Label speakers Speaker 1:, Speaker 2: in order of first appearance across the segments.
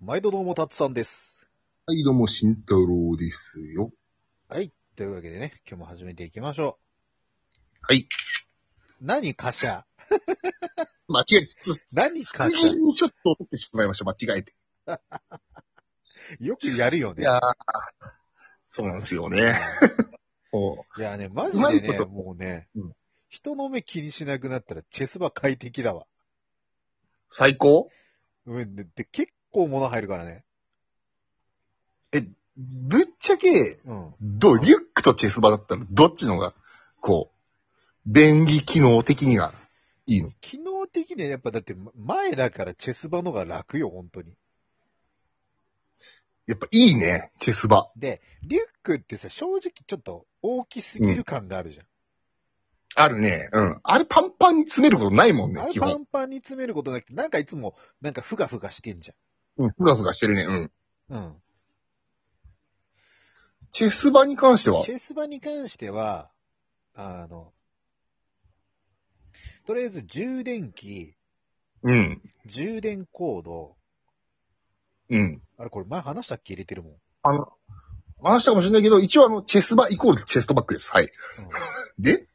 Speaker 1: 毎度どうも、たつさんです。
Speaker 2: はい、どうも、慎太郎ですよ。
Speaker 1: はい。というわけでね、今日も始めていきましょう。
Speaker 2: はい。
Speaker 1: 何かしゃ
Speaker 2: 間違えて、つ、
Speaker 1: 何か
Speaker 2: つ
Speaker 1: し
Speaker 2: いにちょっと取ってしまいました、間違えて。
Speaker 1: ゃよくやるよね。
Speaker 2: いやー、そうなんですよね。も
Speaker 1: いやね、マジ
Speaker 2: うま
Speaker 1: で
Speaker 2: いこ
Speaker 1: ね、
Speaker 2: と
Speaker 1: もうね、
Speaker 2: うん
Speaker 1: 人の目気にしなくなったらチェス場快適だわ。
Speaker 2: う最高
Speaker 1: うん。で、で結構物入るからね。
Speaker 2: ぶっちゃけ、
Speaker 1: うん。
Speaker 2: どう、リュックとチェスバだったら、どっちのが、こう、便利機能的にはいいの
Speaker 1: 機能的にはやっぱだってま前だからチェス場のが楽よ、本当に。
Speaker 2: やっぱいいね、チェスバ。
Speaker 1: で、リュックってさ、正直ちょっと大きすぎる感があるじゃん。
Speaker 2: あるね。うん。あれパンパンに詰めることないもんね
Speaker 1: あ、れ
Speaker 2: 基
Speaker 1: パ
Speaker 2: 本。
Speaker 1: ンパンに詰めることなくて、なんかいつも、なんかふがふがしてんじ
Speaker 2: うん。ふがふがしてるね。うん。
Speaker 1: ゃん。うん。
Speaker 2: チェスバに関しては
Speaker 1: チ、ェス場に関しては、あの、とりあえず充電器、
Speaker 2: うん。
Speaker 1: 充電コード、
Speaker 2: うん。
Speaker 1: あれこれ前話したっけ入れてるもん。うん
Speaker 2: あの、話したかもしれないけど、一応あの、チェスバイコールチェストバッグです。はい。で、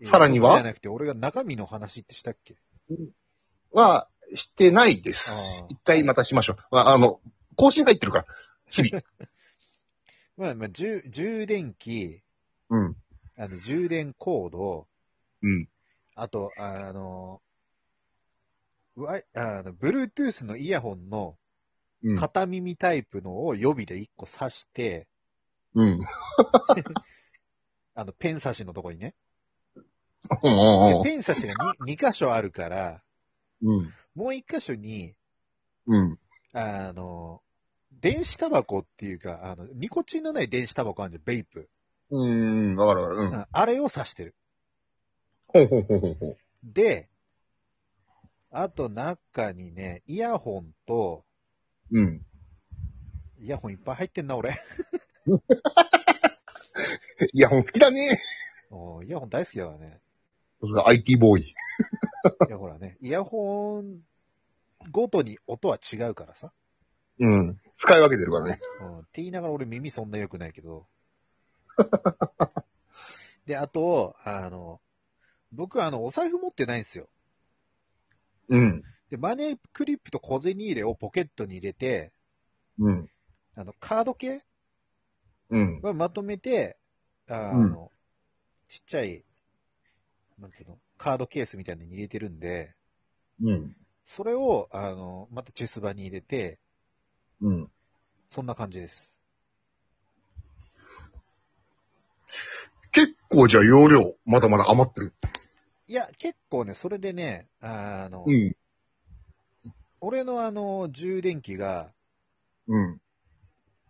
Speaker 1: えー
Speaker 2: さらには
Speaker 1: そっちじゃなくて、俺が中身の話ってしたっけ
Speaker 2: は、してないです
Speaker 1: あー。
Speaker 2: 一回またしましょう。まあ、あの、更新入ってるから、日々。
Speaker 1: まあまあ、充充電器、
Speaker 2: うん。
Speaker 1: あの、充電コード、
Speaker 2: うん。
Speaker 1: あと、あの、ワイあの、Bluetooth のイヤホンの
Speaker 2: うん。
Speaker 1: 片耳タイプのを予備で1個挿して、
Speaker 2: うん。
Speaker 1: あの、ペン刺しのとこにね。で
Speaker 2: おー
Speaker 1: ペン刺しが 2, 2箇所あるから、
Speaker 2: うん。
Speaker 1: もう1箇所に、
Speaker 2: うん。
Speaker 1: あの、電子タバコっていうか、あの、ニコチンのない電子タバコあるじゃん、ベイプ。
Speaker 2: うん。わかるわかる。うん。
Speaker 1: ああれを刺してる。
Speaker 2: ほうほうほうほうほう。
Speaker 1: で、あと中にね、イヤホンと、
Speaker 2: うん。
Speaker 1: イヤホンいっぱい入ってんな、俺。
Speaker 2: イヤホン好きだね。
Speaker 1: おーイヤホン大好きだからね。
Speaker 2: さすが IT ボーイ。
Speaker 1: いや、ほらね、イヤホンごとに音は違うからさ。
Speaker 2: うん。使い分けてるからね。
Speaker 1: うん、って言いながら俺耳そんな良くないけ ど。で、あと、あの、僕はあの、お財布持ってないんですよ。
Speaker 2: うん。
Speaker 1: で、マネークリップと小銭入れをポケットに入れて、
Speaker 2: うん。
Speaker 1: あの、カード系
Speaker 2: うん。
Speaker 1: はまとめて、ああの、ちっちゃい、なんつうの、カードケースみたいなのに入れてるんで、
Speaker 2: うん。
Speaker 1: それを、あの、またチェス場に入れて、
Speaker 2: うん。
Speaker 1: そんな感じです。
Speaker 2: 結構じゃあ容量、まだまだ余ってる。
Speaker 1: いや、結構ね、それでね、あの、
Speaker 2: うん。
Speaker 1: 俺のあの、充電器が、
Speaker 2: うん。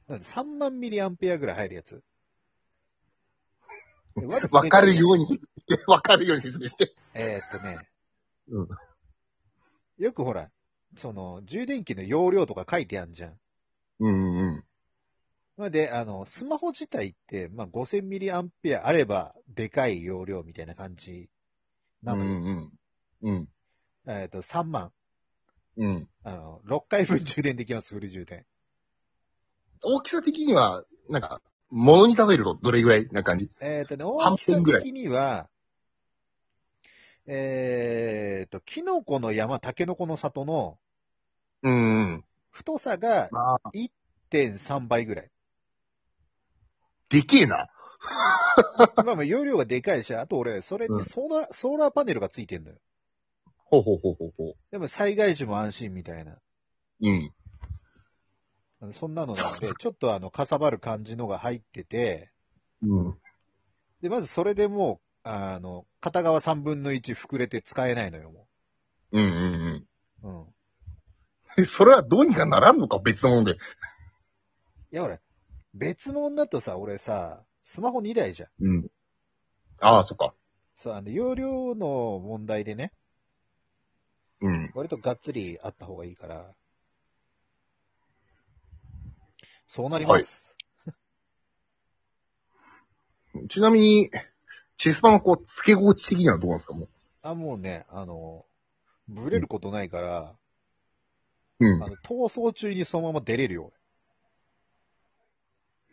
Speaker 1: なんで3万ミリアンペアぐらい入るや つ。で割と
Speaker 2: わかるように説明して、わかるように説明して。
Speaker 1: えーっとね、
Speaker 2: うん
Speaker 1: よくほら、その、充電器の容量とか書いてあんじゃん。
Speaker 2: うんうん。
Speaker 1: まあで、あの、スマホ自体って、まあ、5000ミリアンペアあれば、でかい容量みたいな感じなのよ。
Speaker 2: うんうん。うん。
Speaker 1: えーっと、3万。
Speaker 2: うん。
Speaker 1: あの、6回分充電できます、フル充電。
Speaker 2: 大きさ的には、なんか、物に例えるとどれぐらいな感じ
Speaker 1: えーっとね、大
Speaker 2: 半
Speaker 1: きさ
Speaker 2: 分ぐらい
Speaker 1: 的には、えーっと、キノコの山、タケノコの里の
Speaker 2: うんうん。
Speaker 1: 太さが
Speaker 2: まあ、
Speaker 1: 1.3倍ぐらい。
Speaker 2: でけえな。
Speaker 1: まあまあ容量がでかいし、あと俺、それにソーラー、ソーラーパネルがついてんのよ。
Speaker 2: ほうほうほうほうほう。
Speaker 1: でも災害時も安心みたいな。
Speaker 2: うん。
Speaker 1: あのそんなのなんで、ちょっとあの、かさばる感じのが入ってて、
Speaker 2: うん。
Speaker 1: で、まずそれでもう、あの、片側3分の1膨れて使えないのよ、も
Speaker 2: うんうん
Speaker 1: う。うん。
Speaker 2: うん。それはどうにかならんのか別のもんで。
Speaker 1: いや、俺、別物だとさ、俺さ、スマホ2台じゃん。
Speaker 2: うん。ああ、そっか。
Speaker 1: そう、あの、容量の問題でね、
Speaker 2: うん。
Speaker 1: 割とがっつりあった方がいいから、そうなります。
Speaker 2: ちなみに、チスパのこう、付け心地的にはどうなんですかも
Speaker 1: あ、もうね、あの、ブレることないから、
Speaker 2: ううん
Speaker 1: あ。の、逃走中にそのまま出れるよ。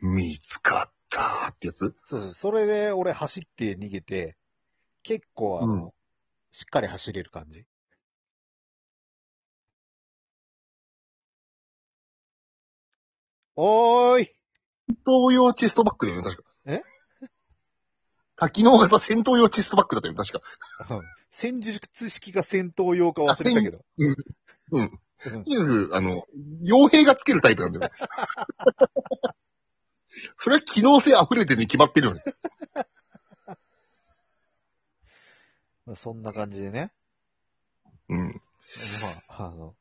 Speaker 2: 見つかったーってやつ
Speaker 1: そうそう。それで俺走って逃げて、結構あの、
Speaker 2: うん
Speaker 1: しっかり走れる感じ。おーい
Speaker 2: 闘用チェストバックだよね、確か。
Speaker 1: え
Speaker 2: 多機能型戦闘用チェストバックだったよね、確か。
Speaker 1: うん戦術式が戦闘用か忘れたけど。
Speaker 2: いう、あの、傭兵がつけるタイプなんだよね。 それは機能性溢れてるに決まってるよね。
Speaker 1: まあそんな感じでね。
Speaker 2: うん。
Speaker 1: まあ、あの、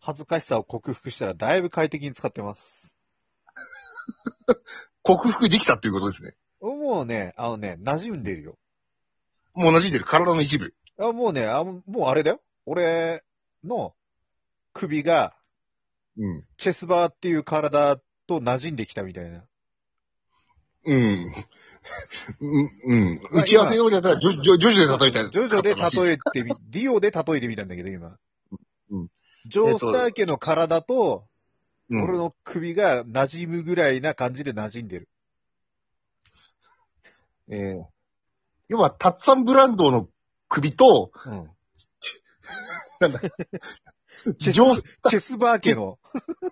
Speaker 1: 恥ずかしさを克服したらだいぶ快適に使ってます。
Speaker 2: 克服できたっていうことですね。
Speaker 1: もうね、あのね、馴染んでるよ。
Speaker 2: もう馴染んでる体の一部。
Speaker 1: あもうねあ、もうあれだよ。俺の首が
Speaker 2: うん。
Speaker 1: チェスバーっていう体と馴染んできたみたいな。
Speaker 2: うん。うん、う
Speaker 1: まあ
Speaker 2: ん。打ち合わせのりだったら、ジョジョジョジョで例えたら
Speaker 1: ジョジョで
Speaker 2: 勝ったらしいす
Speaker 1: 例えてみ、ディオで例えてみたんだけど、今。
Speaker 2: うん
Speaker 1: ジョースター家の体と、
Speaker 2: うん
Speaker 1: 俺の首が馴染むぐらいな感じで馴染んで る。
Speaker 2: ええ要は、タッツァンブランドの 首と、
Speaker 1: うん。
Speaker 2: ジョースター
Speaker 1: チェスバー家 の、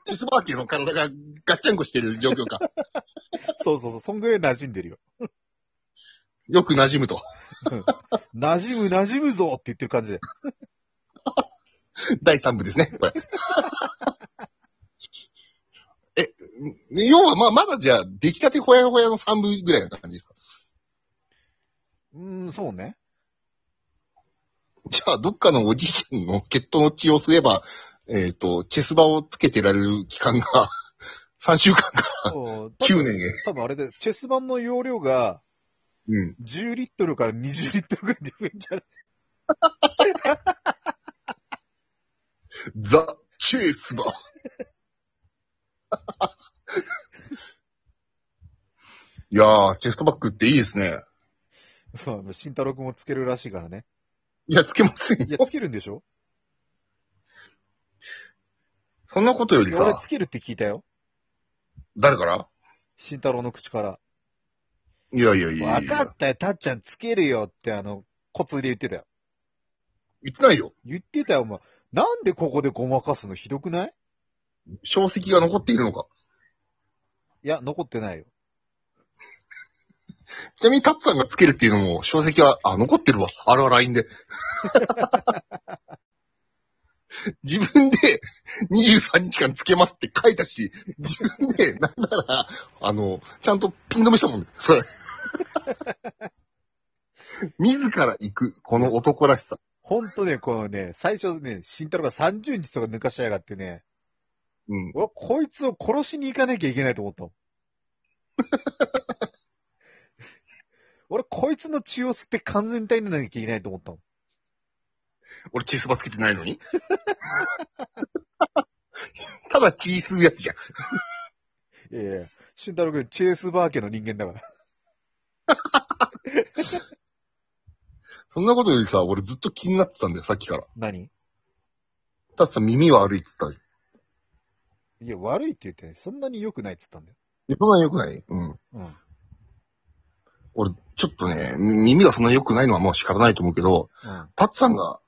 Speaker 2: チェスバーキーの体がガッチャンコしてる状況か。
Speaker 1: そうそうそう、そんぐらい馴染んでるよ。
Speaker 2: よく馴染むと。
Speaker 1: 馴染む馴染むぞって言ってる感じで。
Speaker 2: 第3部ですね、これ。 え、要はまあ、まだじゃあ、出来たてほやほやの3部ぐらいな感じですか
Speaker 1: うーん、そうね。
Speaker 2: じゃあ、どっかのおじいちゃんの血統の血を吸えば、えっ、と、チェス場をつけてられる期間が 3週間か
Speaker 1: そう
Speaker 2: 9年へ。
Speaker 1: 多分あれで、チェス盤の容量が
Speaker 2: うん。
Speaker 1: 10リットルから20リットルぐらいで増えんじゃない
Speaker 2: ザ・チェスバー。 いやー、チェストバックっていいですね。
Speaker 1: まあ、慎太郎くんもつけるらしいからね。
Speaker 2: いや、つけません
Speaker 1: いや、
Speaker 2: よ。
Speaker 1: つけるんでしょ
Speaker 2: そんなことよ
Speaker 1: い
Speaker 2: り
Speaker 1: や俺
Speaker 2: さ、
Speaker 1: つけるって聞いたよ。
Speaker 2: 誰から
Speaker 1: 慎太郎の口から。
Speaker 2: いやいやいやい
Speaker 1: 分
Speaker 2: や
Speaker 1: かったよ、たっちゃんつけるよってあの、コツで言ってたよ。
Speaker 2: 言ってないよ。
Speaker 1: 言ってたよ、お前。なんでここでごまかすのひどくない
Speaker 2: 小石が残っているのか。
Speaker 1: いや、残ってないよ。
Speaker 2: ちなみにタッツさんがつけるっていうのも、小石は、あ、残ってるわ。あれは LINE で。自分で23日間つけますって書いたし、自分で、なんなら、あの、ちゃんとピン止めしたもんね。それ。自ら行く、この男らしさ。
Speaker 1: ほんとね、このね、最初ね、慎太郎が30日とか抜かしやがってね、
Speaker 2: うん。
Speaker 1: 俺、こいつを殺しに行かなきゃいけないと思った もん。俺、こいつの血を吸って完全体にならなきゃいけないと思ったもん。
Speaker 2: 俺チースバつけてないのに。ただチースうやつじゃん。
Speaker 1: いやいや、慎太郎くん、チェイスバー家の人間だから。
Speaker 2: そんなことよりさ、俺ずっと気になってたんだよ、さっきから。
Speaker 1: 何
Speaker 2: タツさん耳は悪いって言った。
Speaker 1: いや、悪いって言ってない。そんなに良くないって言ったんだよ。
Speaker 2: え、そんなに良くないうん。
Speaker 1: うん。
Speaker 2: 俺、ちょっとね、耳がそんなに良くないのはもう仕方ないと思うけど、
Speaker 1: うん。
Speaker 2: タツさんが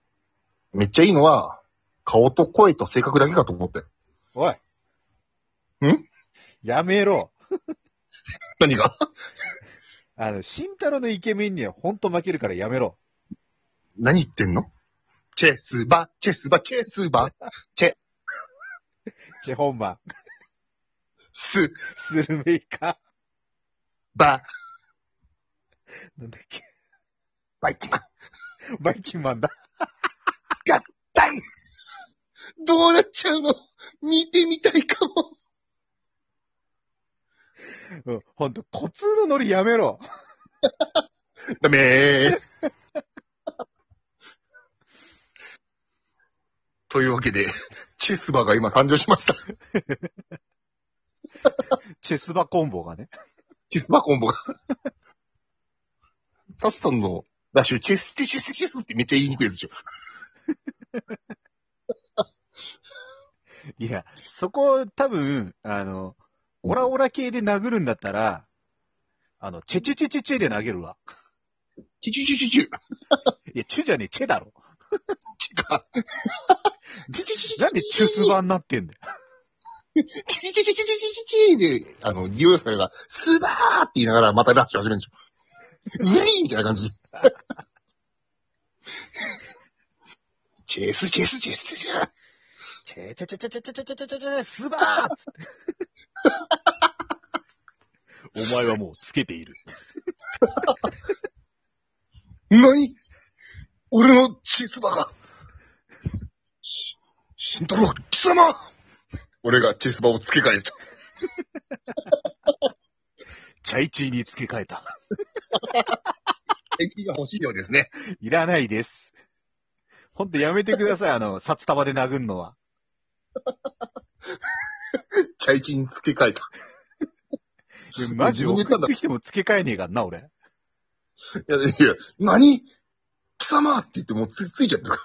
Speaker 2: めっちゃいいのは、顔と声と性格だけかと思ったよ。
Speaker 1: おい。
Speaker 2: ん
Speaker 1: やめろ。
Speaker 2: 何が
Speaker 1: あの、慎太郎のイケメンにはほんと負けるからやめろ。
Speaker 2: 何言ってんのチェスバ、チェスバ、チェスバ、
Speaker 1: チェホンマン、
Speaker 2: ス、
Speaker 1: スルメイカ、
Speaker 2: バ、
Speaker 1: なんだっけ、
Speaker 2: バイキマン、
Speaker 1: バイキンマンだ。
Speaker 2: 大どうなっちゃうの見てみたいかも。
Speaker 1: うん、ほんと、コツのノリやめろ。
Speaker 2: ダメー。というわけで、チェスバが今誕生しました。
Speaker 1: チェスバコンボがね。
Speaker 2: チェスバコンボが。タツさんのラッシュ、チェス、チェス、チェス、チェスってめっちゃ言いにくいやつでしょ。
Speaker 1: いや、そこ、多分、あの、オラオラ系で殴るんだったら、あの、チェチェチェチェチェで投げるわ。
Speaker 2: チュチュチュチュチュ。
Speaker 1: いや、チェじゃねえ、チェだろ。
Speaker 2: チュか。チュチュチュチュチュ
Speaker 1: なんでチュスバになってんだよ。
Speaker 2: チュチュチュチュチュチュチュで、あの、利用者が、スバーって言いながらまたラッシュ始めるんでしょ。ウィーンみたいな感じで。チェス、チェス、チェス、チェス。
Speaker 1: チェチェチェチェチェチェチェチェチェチェチェスバーっつって。お前はもうつけている。
Speaker 2: 何俺のチェスバが。し、慎太郎、貴様俺がチェスバを付け替えた。
Speaker 1: チャイチーに付け替えた。
Speaker 2: 敵が欲しいようですね。
Speaker 1: いらないです。ほんとやめてください、あの、札束で殴るのは。
Speaker 2: チャイチに付け替えた。
Speaker 1: いやマジ
Speaker 2: 自分で
Speaker 1: 送
Speaker 2: 言ったん
Speaker 1: っ
Speaker 2: だ
Speaker 1: てきても付け替えねえからな、俺。
Speaker 2: いやいやいや、何貴様って言ってもうつついちゃったから。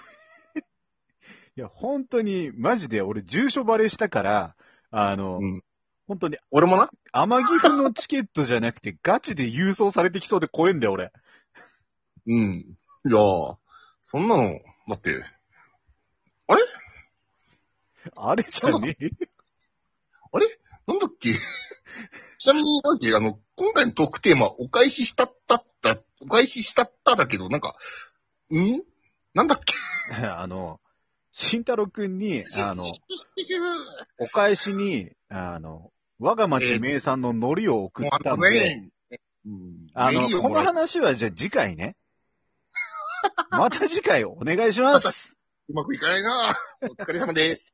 Speaker 1: いや、本当に、マジで俺、住所バレしたから、あの、
Speaker 2: うん
Speaker 1: 本当に、
Speaker 2: 俺もな、
Speaker 1: 天城府のチケットじゃなくて、ガチで郵送されてきそうで怖えんだよ、俺。
Speaker 2: うん。いやーそんなの、だって、
Speaker 1: あれじゃねえ。
Speaker 2: なんだっけちなみに、なんだっけあの、今回のトークテーマ、お返ししたったった、お返ししたっただけど、なんか、んなんだっけ
Speaker 1: あの、慎太郎くんに、あ の、
Speaker 2: の、
Speaker 1: お返しに、あの、我が町名産の海苔を送ったんで、
Speaker 2: うん、
Speaker 1: あの、この話
Speaker 2: 話、
Speaker 1: はじゃあ次回ね。また次回お願いします。
Speaker 2: うまくいかないなお疲れ様です。